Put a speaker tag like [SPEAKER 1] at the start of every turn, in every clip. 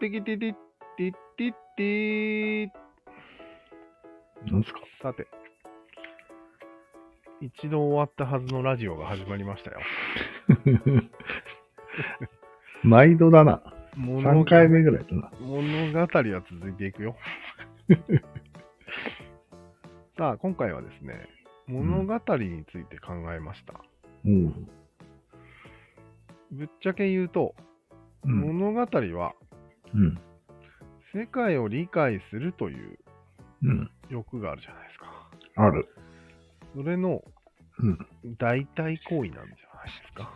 [SPEAKER 1] テキティティティティティ
[SPEAKER 2] なんですか
[SPEAKER 1] さて、一度終わったはずのラジオが始まりましたよ。
[SPEAKER 2] 毎度だな。
[SPEAKER 1] 物
[SPEAKER 2] 3
[SPEAKER 1] 語
[SPEAKER 2] 回目ぐらいだな。
[SPEAKER 1] 物語は続いていく よ。さあ、今回はですね、物語について考えました。
[SPEAKER 2] うん。
[SPEAKER 1] ぶっちゃけ言うと、
[SPEAKER 2] うん。
[SPEAKER 1] 物語は
[SPEAKER 2] うん。
[SPEAKER 1] 世界を理解するという
[SPEAKER 2] うん。
[SPEAKER 1] 欲があるじゃないですか。
[SPEAKER 2] ある。
[SPEAKER 1] それの
[SPEAKER 2] うん。
[SPEAKER 1] 代替行為なんじゃないですか。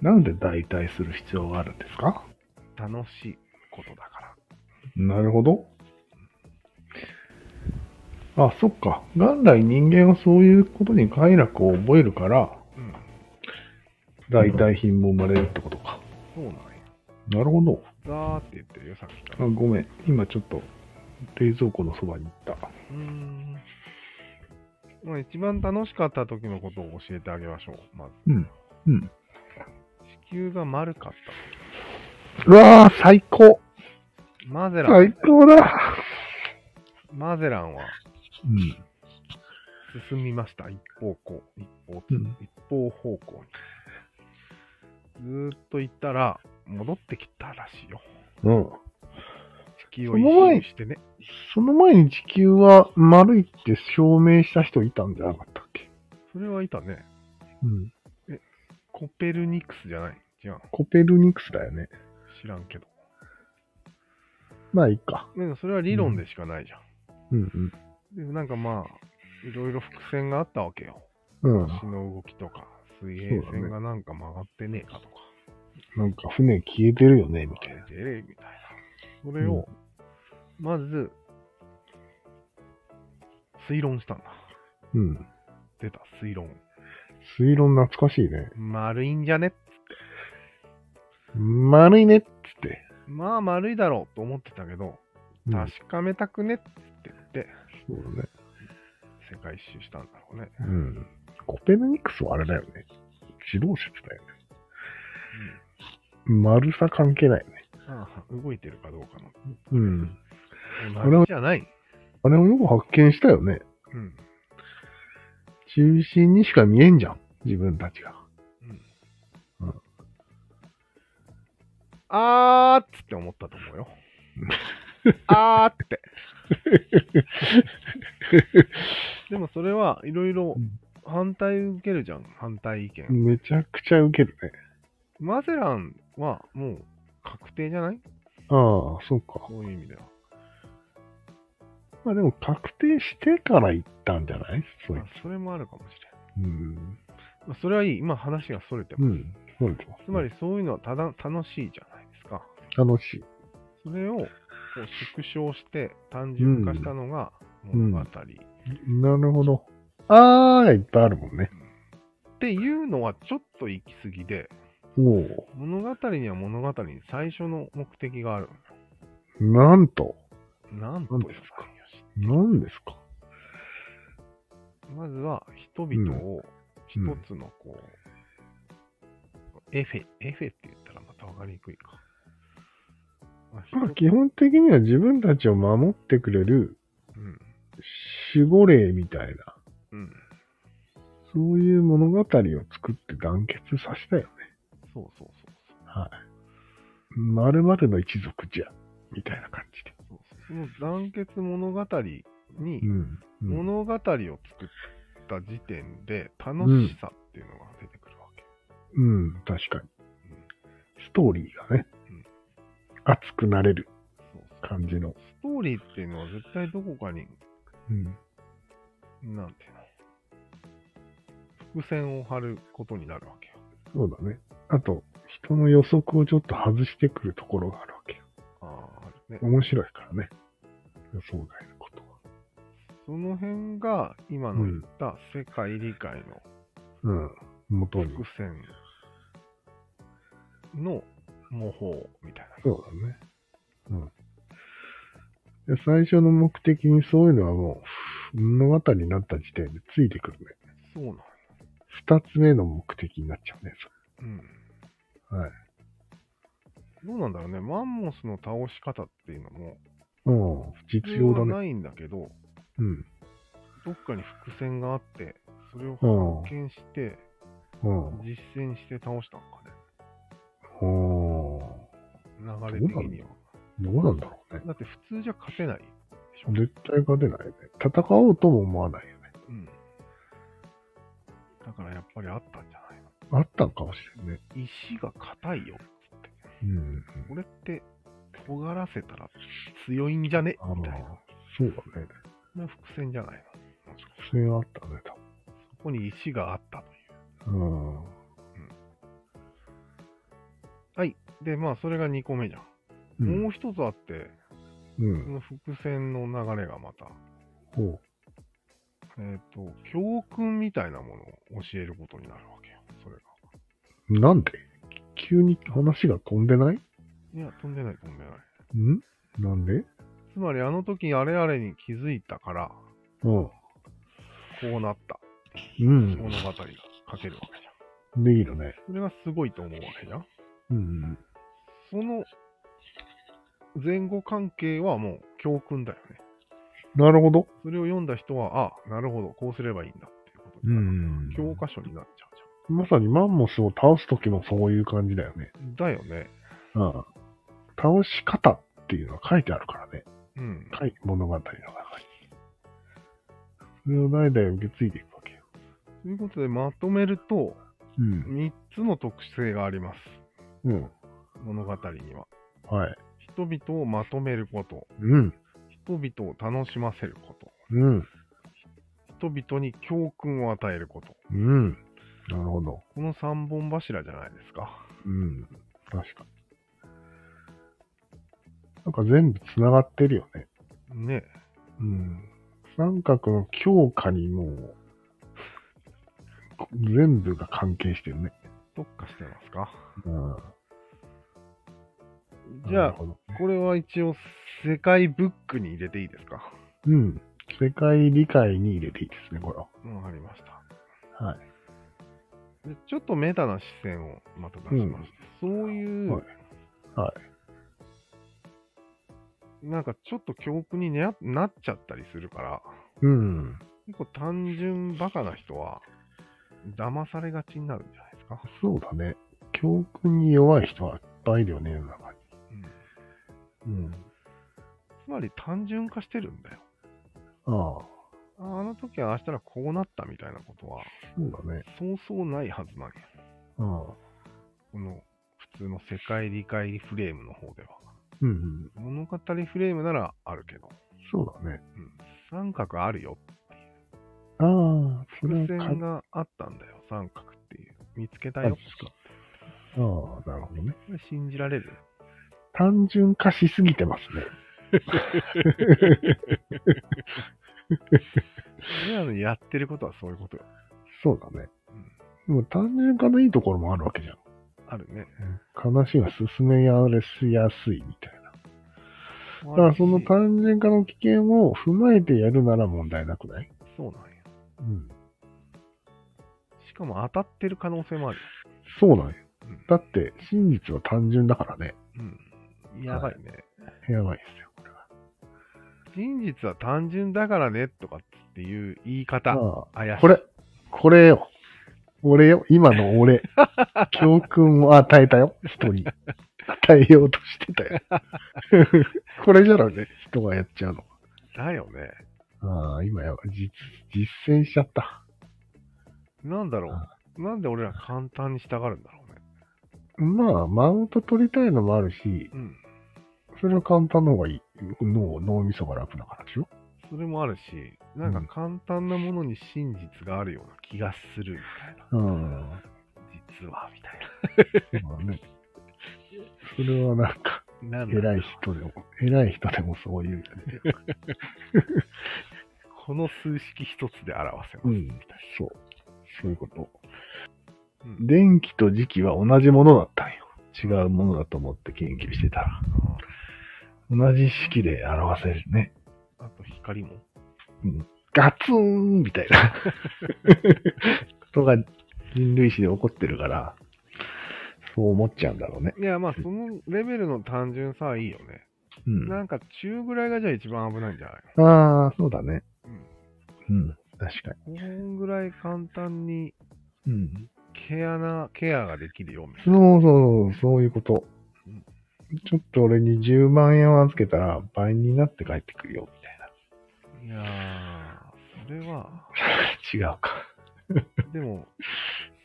[SPEAKER 2] なんで代替する必要があるんですか
[SPEAKER 1] 楽しいことだから。
[SPEAKER 2] なるほど。あ、そっか。元来人間はそういうことに快楽を覚えるから、
[SPEAKER 1] うん、
[SPEAKER 2] 代替品も生まれるってことか。
[SPEAKER 1] そうなんや。
[SPEAKER 2] なるほど。
[SPEAKER 1] ザーって言ってるよ、さっきから。
[SPEAKER 2] あごめん。今ちょっと冷蔵庫のそばに行った。
[SPEAKER 1] うーん。まあ、一番楽しかった時のことを教えてあげましょう。まず、
[SPEAKER 2] うん。うん。
[SPEAKER 1] 地球が丸かっ
[SPEAKER 2] うわー、最高
[SPEAKER 1] た。マゼラン
[SPEAKER 2] 最、高だ
[SPEAKER 1] マゼランは
[SPEAKER 2] うん。
[SPEAKER 1] 進みました。一方向、一方つ、
[SPEAKER 2] うん
[SPEAKER 1] 一方方向に。ずーっと行ったら、戻ってきたらしいよ。
[SPEAKER 2] うん。
[SPEAKER 1] 地球を一周してね。
[SPEAKER 2] その前に地球は丸いって証明した人いたんじゃなかったっけ
[SPEAKER 1] それはいたね。
[SPEAKER 2] うん。
[SPEAKER 1] コペルニクスじゃない。違う。
[SPEAKER 2] コペルニクスだよね。
[SPEAKER 1] 知らんけど。
[SPEAKER 2] まあいいか。
[SPEAKER 1] でもそれは理論でしかないじゃん。
[SPEAKER 2] うん
[SPEAKER 1] でなんかまあ、いろいろ伏線があったわけよ。
[SPEAKER 2] うん。うん。
[SPEAKER 1] 足の動きとか、水平線がなんか曲がってねえかとか、
[SPEAKER 2] なんか船消えてるよね、みたいな。
[SPEAKER 1] 出れみたいな。それを、まず、推論したんだ。
[SPEAKER 2] うん。
[SPEAKER 1] 出た、推論。
[SPEAKER 2] 推論懐かしいね。
[SPEAKER 1] 丸いんじゃね
[SPEAKER 2] 丸いねっつって。
[SPEAKER 1] まあ丸いだろうと思ってたけど、
[SPEAKER 2] うん
[SPEAKER 1] 確かめたくねって言って、
[SPEAKER 2] そうだね。
[SPEAKER 1] 世界一周したんだろうね。
[SPEAKER 2] うん。コペルニクスはあれだよね。自動説だよね。丸さ関係ないよね。
[SPEAKER 1] うん、ああ動いてるかどうかの。
[SPEAKER 2] うん。は
[SPEAKER 1] 丸いじゃない。
[SPEAKER 2] あれもよく発見したよね。
[SPEAKER 1] うん。
[SPEAKER 2] 中心にしか見えんじゃん。自分たちが。
[SPEAKER 1] う
[SPEAKER 2] うんん。
[SPEAKER 1] あーっつって思ったと思う よ。あーって。でもそれはいろいろ
[SPEAKER 2] うん
[SPEAKER 1] 反対受けるじゃん、反対意見。
[SPEAKER 2] めちゃくちゃウケるね。
[SPEAKER 1] マゼランはもう確定じゃない
[SPEAKER 2] ああ、そうか。
[SPEAKER 1] そういう意味では。
[SPEAKER 2] まあでも確定してから行ったんじゃないそい
[SPEAKER 1] まあそれもあるかもしれ
[SPEAKER 2] つ。うん。
[SPEAKER 1] ん。まあそれはいい。今話がそれて
[SPEAKER 2] う
[SPEAKER 1] ます。
[SPEAKER 2] ん。そうです
[SPEAKER 1] つまりそういうのはただ楽しいじゃないですか。
[SPEAKER 2] 楽しい。
[SPEAKER 1] それをこう縮小して単純化したのが
[SPEAKER 2] うん
[SPEAKER 1] 物語。
[SPEAKER 2] なるほど。あーがいっぱいあるもんね。
[SPEAKER 1] っていうのはちょっと行き過ぎで、
[SPEAKER 2] おお。
[SPEAKER 1] 物語には物語に最初の目的がある
[SPEAKER 2] なんと。
[SPEAKER 1] のよ。なんと言
[SPEAKER 2] なんで
[SPEAKER 1] う
[SPEAKER 2] す
[SPEAKER 1] か
[SPEAKER 2] かなんですか
[SPEAKER 1] まずは人々を一
[SPEAKER 2] うん
[SPEAKER 1] つのこう、エフェ、エフェって言ったらまたわかりにくいか。まあ
[SPEAKER 2] まあ
[SPEAKER 1] 一つ
[SPEAKER 2] 基本的には自分たちを守ってくれる
[SPEAKER 1] うん。
[SPEAKER 2] 守護霊みたいな。
[SPEAKER 1] うん。
[SPEAKER 2] そういう物語を作って団結させたよね。
[SPEAKER 1] そうそうそうそう。
[SPEAKER 2] はい。〇〇の一族じゃ。みたいな感じで。
[SPEAKER 1] そうそうその団結物語に、
[SPEAKER 2] ん。うん
[SPEAKER 1] 物語を作った時点で楽しさっていうのが出てくるわけ。
[SPEAKER 2] うん、確かに。ストーリーがね
[SPEAKER 1] うん、
[SPEAKER 2] 熱くなれる
[SPEAKER 1] そうそう
[SPEAKER 2] 感じの。
[SPEAKER 1] ストーリーっていうのは絶対どこかに
[SPEAKER 2] うん。
[SPEAKER 1] なんていうの伏線を張ることになるわけよ。
[SPEAKER 2] そうだね。あと、人の予測をちょっと外してくるところがあるわけよ。
[SPEAKER 1] ああ、あるね。
[SPEAKER 2] 面白いからね。予想外のことは。
[SPEAKER 1] その辺が今の言った世界理解
[SPEAKER 2] うん。元
[SPEAKER 1] の
[SPEAKER 2] に
[SPEAKER 1] 伏。線の模倣みたいな。
[SPEAKER 2] そうだね。うん。で最初の目的にそういうのはもう、物語になった時点でついてくるね。
[SPEAKER 1] そうなんや。
[SPEAKER 2] 二つ目の目的になっちゃうね。
[SPEAKER 1] うん。
[SPEAKER 2] はい。
[SPEAKER 1] どうなんだろうね。マンモスの倒し方っていうのも、
[SPEAKER 2] うん。実
[SPEAKER 1] 必
[SPEAKER 2] 用
[SPEAKER 1] 要
[SPEAKER 2] だ
[SPEAKER 1] は
[SPEAKER 2] ね。
[SPEAKER 1] ないんだけど、
[SPEAKER 2] うん。
[SPEAKER 1] どっかに伏線があって、それを
[SPEAKER 2] うん
[SPEAKER 1] 発見して、
[SPEAKER 2] うん。
[SPEAKER 1] 実践して倒したのかね。
[SPEAKER 2] うん。
[SPEAKER 1] 流れ的には。
[SPEAKER 2] どうなんだろうね。
[SPEAKER 1] だって普通じゃ勝てないでしょ。
[SPEAKER 2] 絶対勝てないね。戦おうとも思わないよね。
[SPEAKER 1] うん。だからやっぱりあったんじゃないの
[SPEAKER 2] あったんかもしれんね。
[SPEAKER 1] 石が硬いよ。
[SPEAKER 2] うん。
[SPEAKER 1] これって、尖らせたら強いんじゃね
[SPEAKER 2] あの
[SPEAKER 1] みたいな。、
[SPEAKER 2] そうだね。
[SPEAKER 1] そんな伏線じゃないのもしかして
[SPEAKER 2] 不正あったね、多
[SPEAKER 1] そこに石があったとい
[SPEAKER 2] 分。
[SPEAKER 1] う。で、まあ、それが2個目じゃん。
[SPEAKER 2] うん。
[SPEAKER 1] もう一つあって、
[SPEAKER 2] うん
[SPEAKER 1] そ。の伏線の流れがまた、
[SPEAKER 2] ほ
[SPEAKER 1] えっ、と、教訓みたいなものを教えることになるわけよ。それが。
[SPEAKER 2] う。なんで急に話が飛んでない
[SPEAKER 1] いや、飛んでない飛んでない。
[SPEAKER 2] んなんで
[SPEAKER 1] つまり、あの時あれあれに気づいたから、
[SPEAKER 2] うん。
[SPEAKER 1] こうなった
[SPEAKER 2] う
[SPEAKER 1] 物語
[SPEAKER 2] ん。
[SPEAKER 1] が書けるわけじゃん。
[SPEAKER 2] できるね。
[SPEAKER 1] それがすごいと思うわけじゃん。
[SPEAKER 2] うん。
[SPEAKER 1] その前後関係はもう教訓だよね。
[SPEAKER 2] なるほど。
[SPEAKER 1] それを読んだ人は、あなるほど、こうすればいいんだっていうこと
[SPEAKER 2] う
[SPEAKER 1] になる
[SPEAKER 2] ん。
[SPEAKER 1] 教科書になっちゃうじ
[SPEAKER 2] まさにマンモスを倒すときもそういう感じだよね。
[SPEAKER 1] ゃん。だよね。
[SPEAKER 2] うん。倒し方っていうのは書いてあるからね。
[SPEAKER 1] うん。
[SPEAKER 2] はい、物語の中に。それを代々受け継いでいくわけよ。
[SPEAKER 1] ということで、まとめると、
[SPEAKER 2] うん。
[SPEAKER 1] 3つの特性があります。
[SPEAKER 2] うん。
[SPEAKER 1] 物語には。
[SPEAKER 2] はい。
[SPEAKER 1] 人々をまとめること、
[SPEAKER 2] うん。
[SPEAKER 1] 人々を楽しませること、
[SPEAKER 2] うん。
[SPEAKER 1] 人々に教訓を与えること。
[SPEAKER 2] うん。なるほど。
[SPEAKER 1] この3本柱じゃないですか。
[SPEAKER 2] うん。確かに。なんか全部繋がってるよね。
[SPEAKER 1] ね
[SPEAKER 2] うん。三角の強化にもう、全部が関係してるね。
[SPEAKER 1] 特化してますか。
[SPEAKER 2] うん。
[SPEAKER 1] じゃ
[SPEAKER 2] なる
[SPEAKER 1] あ、
[SPEAKER 2] ほど
[SPEAKER 1] これは一応世界ブックに入れていいですかわ
[SPEAKER 2] うん。世界理解に入れていいですね、これは。
[SPEAKER 1] かりました。
[SPEAKER 2] はい。
[SPEAKER 1] でちょっとメタな視線をまた出しまして、そういう、
[SPEAKER 2] はいは
[SPEAKER 1] なんかちょっと教訓にねなっちゃったりするから、
[SPEAKER 2] うん。
[SPEAKER 1] 結構単純バカな人は騙されがちになるんじゃないですか。
[SPEAKER 2] そうだね。教訓に弱い人はいっぱいいるよね、世の中に。
[SPEAKER 1] うん
[SPEAKER 2] うん。
[SPEAKER 1] つまり単純化してるんだよ。
[SPEAKER 2] ああ、
[SPEAKER 1] ああの時はああしたらこうなったみたいなことは、
[SPEAKER 2] そうだね。
[SPEAKER 1] そうそうないはずなんよ。
[SPEAKER 2] ああ。
[SPEAKER 1] この普通の世界理解フレームの方では。
[SPEAKER 2] うん、うん。
[SPEAKER 1] 物語フレームならあるけど、
[SPEAKER 2] そうだね。
[SPEAKER 1] うん、三角あるよ。
[SPEAKER 2] ああ、それ
[SPEAKER 1] 伏
[SPEAKER 2] は
[SPEAKER 1] 線があったんだよ、三角っていう。見つけたよ。
[SPEAKER 2] ああ、なるほどね。
[SPEAKER 1] これ信じられる。
[SPEAKER 2] 単純化しすぎてますね。
[SPEAKER 1] 俺らのやってることはそういうことよ。
[SPEAKER 2] そうだね。でも単純化のいいところもあるわけじゃん。
[SPEAKER 1] あるね。
[SPEAKER 2] 話が進めやれすやすいみたいな。だからその
[SPEAKER 1] た
[SPEAKER 2] 単純化の危険を踏まえてやるなら問題なくない
[SPEAKER 1] そうなんや。
[SPEAKER 2] うん。
[SPEAKER 1] しかも当たってる可能性もあるよ。
[SPEAKER 2] そうなんよ
[SPEAKER 1] うん。
[SPEAKER 2] だって真実は単純だからね。
[SPEAKER 1] うん。やばいね。
[SPEAKER 2] やばいですよ、これは。
[SPEAKER 1] 真実は単純だからね、とかっていう言い方。
[SPEAKER 2] あ
[SPEAKER 1] 怪し
[SPEAKER 2] あ
[SPEAKER 1] い。
[SPEAKER 2] これ、これよ。俺よ、今の 俺。教訓を与えたよ、人に。与えようとして たよ。これじゃろうね、人がやっちゃうの。
[SPEAKER 1] だよね。
[SPEAKER 2] ああ、今やばい、実、実践しちゃった。
[SPEAKER 1] なんだろ
[SPEAKER 2] あ
[SPEAKER 1] う。なんで俺ら簡単に従うんだろうね。
[SPEAKER 2] まあ、マウント取りたいのもあるし、
[SPEAKER 1] うん。
[SPEAKER 2] それは簡単の方がいい。脳、脳みそが楽だからでしょ
[SPEAKER 1] それもあるし、なんか簡単なものに真実があるような気がするみたいな。
[SPEAKER 2] うん。
[SPEAKER 1] 実は、みたい
[SPEAKER 2] まあね。それはなんか、
[SPEAKER 1] な。なんだろう
[SPEAKER 2] 偉い人でも、偉い人でもそういうよね。
[SPEAKER 1] この数式一つで表せます。
[SPEAKER 2] うん。そう。そういうこと。
[SPEAKER 1] うん
[SPEAKER 2] 電気と磁気は同じものだったんよ。違うものだと思って研究してたら。同じ式で表せるね。
[SPEAKER 1] あと光も。
[SPEAKER 2] ガツンみたいなことが人類史で起こってるから、そう思っちゃうんだろうね。
[SPEAKER 1] いや、まあ、そのレベルの単純さはいいよね。
[SPEAKER 2] うん。
[SPEAKER 1] なんか、中ぐらいがじゃあ一番危ないんじゃない
[SPEAKER 2] ああ、そうだね。うん。確か
[SPEAKER 1] のこんぐらい簡単に
[SPEAKER 2] に。うん。
[SPEAKER 1] 毛穴、ケアができるよ、みたいな。
[SPEAKER 2] そうそうそう、そういうこと。ちょっと俺に10万円を預けたら倍になって帰ってくるよ、
[SPEAKER 1] い
[SPEAKER 2] みたい
[SPEAKER 1] やー、それは、
[SPEAKER 2] な。 違うか。
[SPEAKER 1] でも、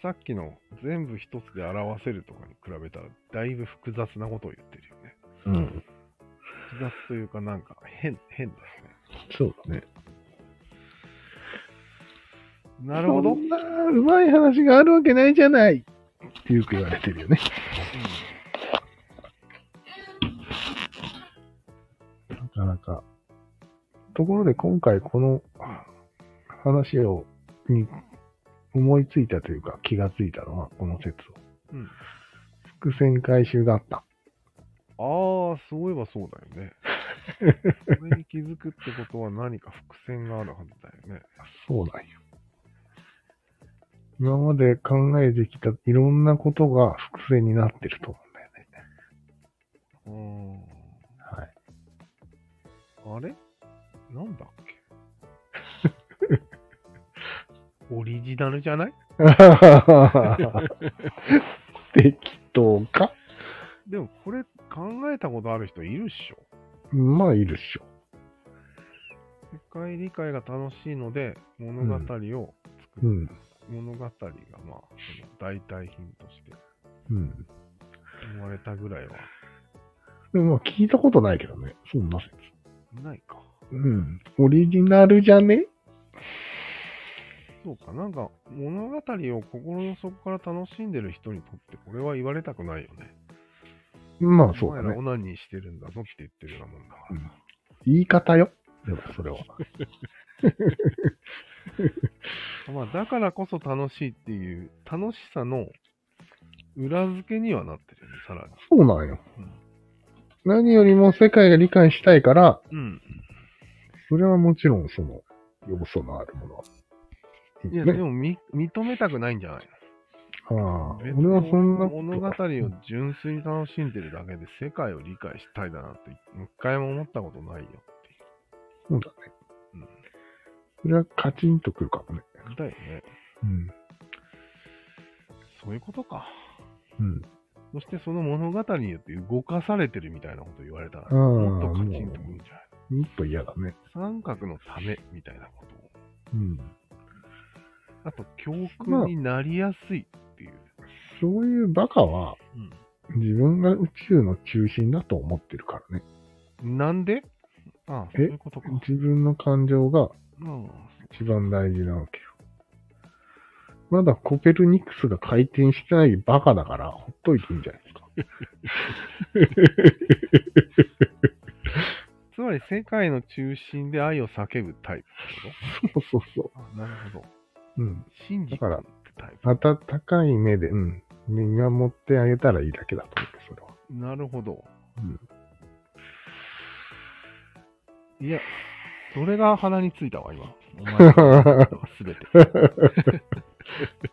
[SPEAKER 1] さっきの全部一つで表せるとかに比べたら、だいぶ複雑なことを言ってるよね。
[SPEAKER 2] うん。
[SPEAKER 1] 複雑というか、なんか変、変です
[SPEAKER 2] そうだね。
[SPEAKER 1] ね。なるほど。う
[SPEAKER 2] そ
[SPEAKER 1] ん
[SPEAKER 2] んな、うまい話があるわけないじゃないってよく言われてるよね。なかなか。ところで今回この話を、に思いついたというか気がついたのは、この説を。
[SPEAKER 1] うん
[SPEAKER 2] 伏線回収があった。
[SPEAKER 1] あー、そういえばそうだ よね。それに気づくってことは何か伏線があるはずだよね。
[SPEAKER 2] そうなんよ。今まで考えてきたいろんなことが伏線になってると思うんだよね。
[SPEAKER 1] うーん。
[SPEAKER 2] はい。
[SPEAKER 1] あれなんだっ けオリジナルじゃない
[SPEAKER 2] 適当か
[SPEAKER 1] でもこれ考えたことある人いるっしょ。
[SPEAKER 2] まあ、いるっしょ。
[SPEAKER 1] 世界理解が楽しいので物語を作る。
[SPEAKER 2] うん。
[SPEAKER 1] 物語がまあその代替品として
[SPEAKER 2] うん。
[SPEAKER 1] 生まれたぐらいは
[SPEAKER 2] でも、聞いたことないけどね。そんな説。
[SPEAKER 1] ないか。
[SPEAKER 2] うん。オリジナルじゃね
[SPEAKER 1] そうか、なんか物語を心の底から楽しんでる人にとってこれは言われたくないよね。
[SPEAKER 2] まあ、そうだ
[SPEAKER 1] お前ら
[SPEAKER 2] ね
[SPEAKER 1] オ。ナニーしてるんだぞって言ってるようなもんだから。
[SPEAKER 2] 言い方よ。でも、それは。
[SPEAKER 1] まあ、だからこそ楽しいっていう、楽しさの裏付けにはなってるよね、さらに。
[SPEAKER 2] そうなんよ。何よりも世界が理解したいから、
[SPEAKER 1] うん。
[SPEAKER 2] それはもちろん、その、要素のあるものは。いい
[SPEAKER 1] いや、
[SPEAKER 2] ね
[SPEAKER 1] でもみ認めたくないんじゃない
[SPEAKER 2] ああ、
[SPEAKER 1] の
[SPEAKER 2] 俺はそんなこと
[SPEAKER 1] 物語を純粋に楽しんでるだけで世界を理解したいだなんて、一回も思ったことないよっ
[SPEAKER 2] そうだね。
[SPEAKER 1] うん
[SPEAKER 2] それはカチンとくるかもね。
[SPEAKER 1] ていう。だよね。
[SPEAKER 2] うん。
[SPEAKER 1] そういうことか。
[SPEAKER 2] うん。
[SPEAKER 1] そしてその物語によって動かされてるみたいなこと言われたら、
[SPEAKER 2] ああ
[SPEAKER 1] もっとカチンとくるんじゃない
[SPEAKER 2] もっと嫌だね。
[SPEAKER 1] 三角のためみたいなことを。
[SPEAKER 2] うん。
[SPEAKER 1] あと、教訓になりやすいっていう。
[SPEAKER 2] そういうバカは、
[SPEAKER 1] うん
[SPEAKER 2] 自分が宇宙の中心だと思ってるからね。
[SPEAKER 1] なんでああ、
[SPEAKER 2] え
[SPEAKER 1] そういうことか。
[SPEAKER 2] 自分の感情が
[SPEAKER 1] うん。
[SPEAKER 2] 一番大事なわけよ。まだコペルニクスが回転してないバカだから、ほっといていいんじゃないですか。
[SPEAKER 1] つまり世界の中心で愛を叫ぶタイプって
[SPEAKER 2] そうそうそ
[SPEAKER 1] ことあなるほど。
[SPEAKER 2] う。うん。
[SPEAKER 1] 信じて
[SPEAKER 2] だから
[SPEAKER 1] タイ
[SPEAKER 2] 温かい目で、うん。見守ってあげたらいいだけだと思って、それは。
[SPEAKER 1] プ。なるほど。
[SPEAKER 2] うん
[SPEAKER 1] いや、それが鼻についたわ、今。お前のす べて。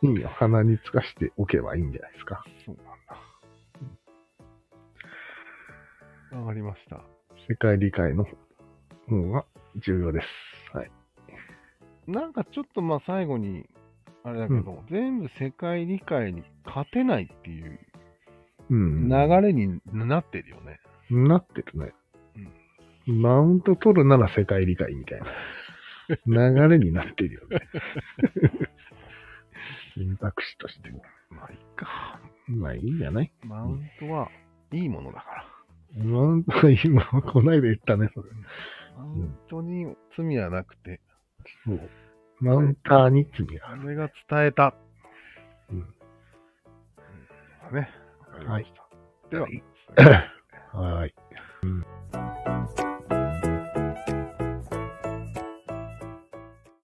[SPEAKER 2] いいよ。鼻につかしておけばいいんじゃないですか。
[SPEAKER 1] そうなんだ。わかりました。
[SPEAKER 2] 世界理解の方が重要です。はい。
[SPEAKER 1] なんかちょっとまあ最後に、あれだけど、全部世界理解に勝てないっていう
[SPEAKER 2] うん。
[SPEAKER 1] 流れになってるよね。
[SPEAKER 2] なってるね。マウント取るなら世界理解みたいな流れになってるよ ね。選択肢としても。
[SPEAKER 1] まあいいか。
[SPEAKER 2] まあいいんじゃない
[SPEAKER 1] マウントはいいものだから。
[SPEAKER 2] マウント、今、こないだ言ったね、それ。
[SPEAKER 1] マウントに罪はなくて、
[SPEAKER 2] そう。マウンターに罪があ
[SPEAKER 1] あ
[SPEAKER 2] る。
[SPEAKER 1] れが伝えた。
[SPEAKER 2] うん
[SPEAKER 1] うん。ね。わかりました。では、
[SPEAKER 2] はい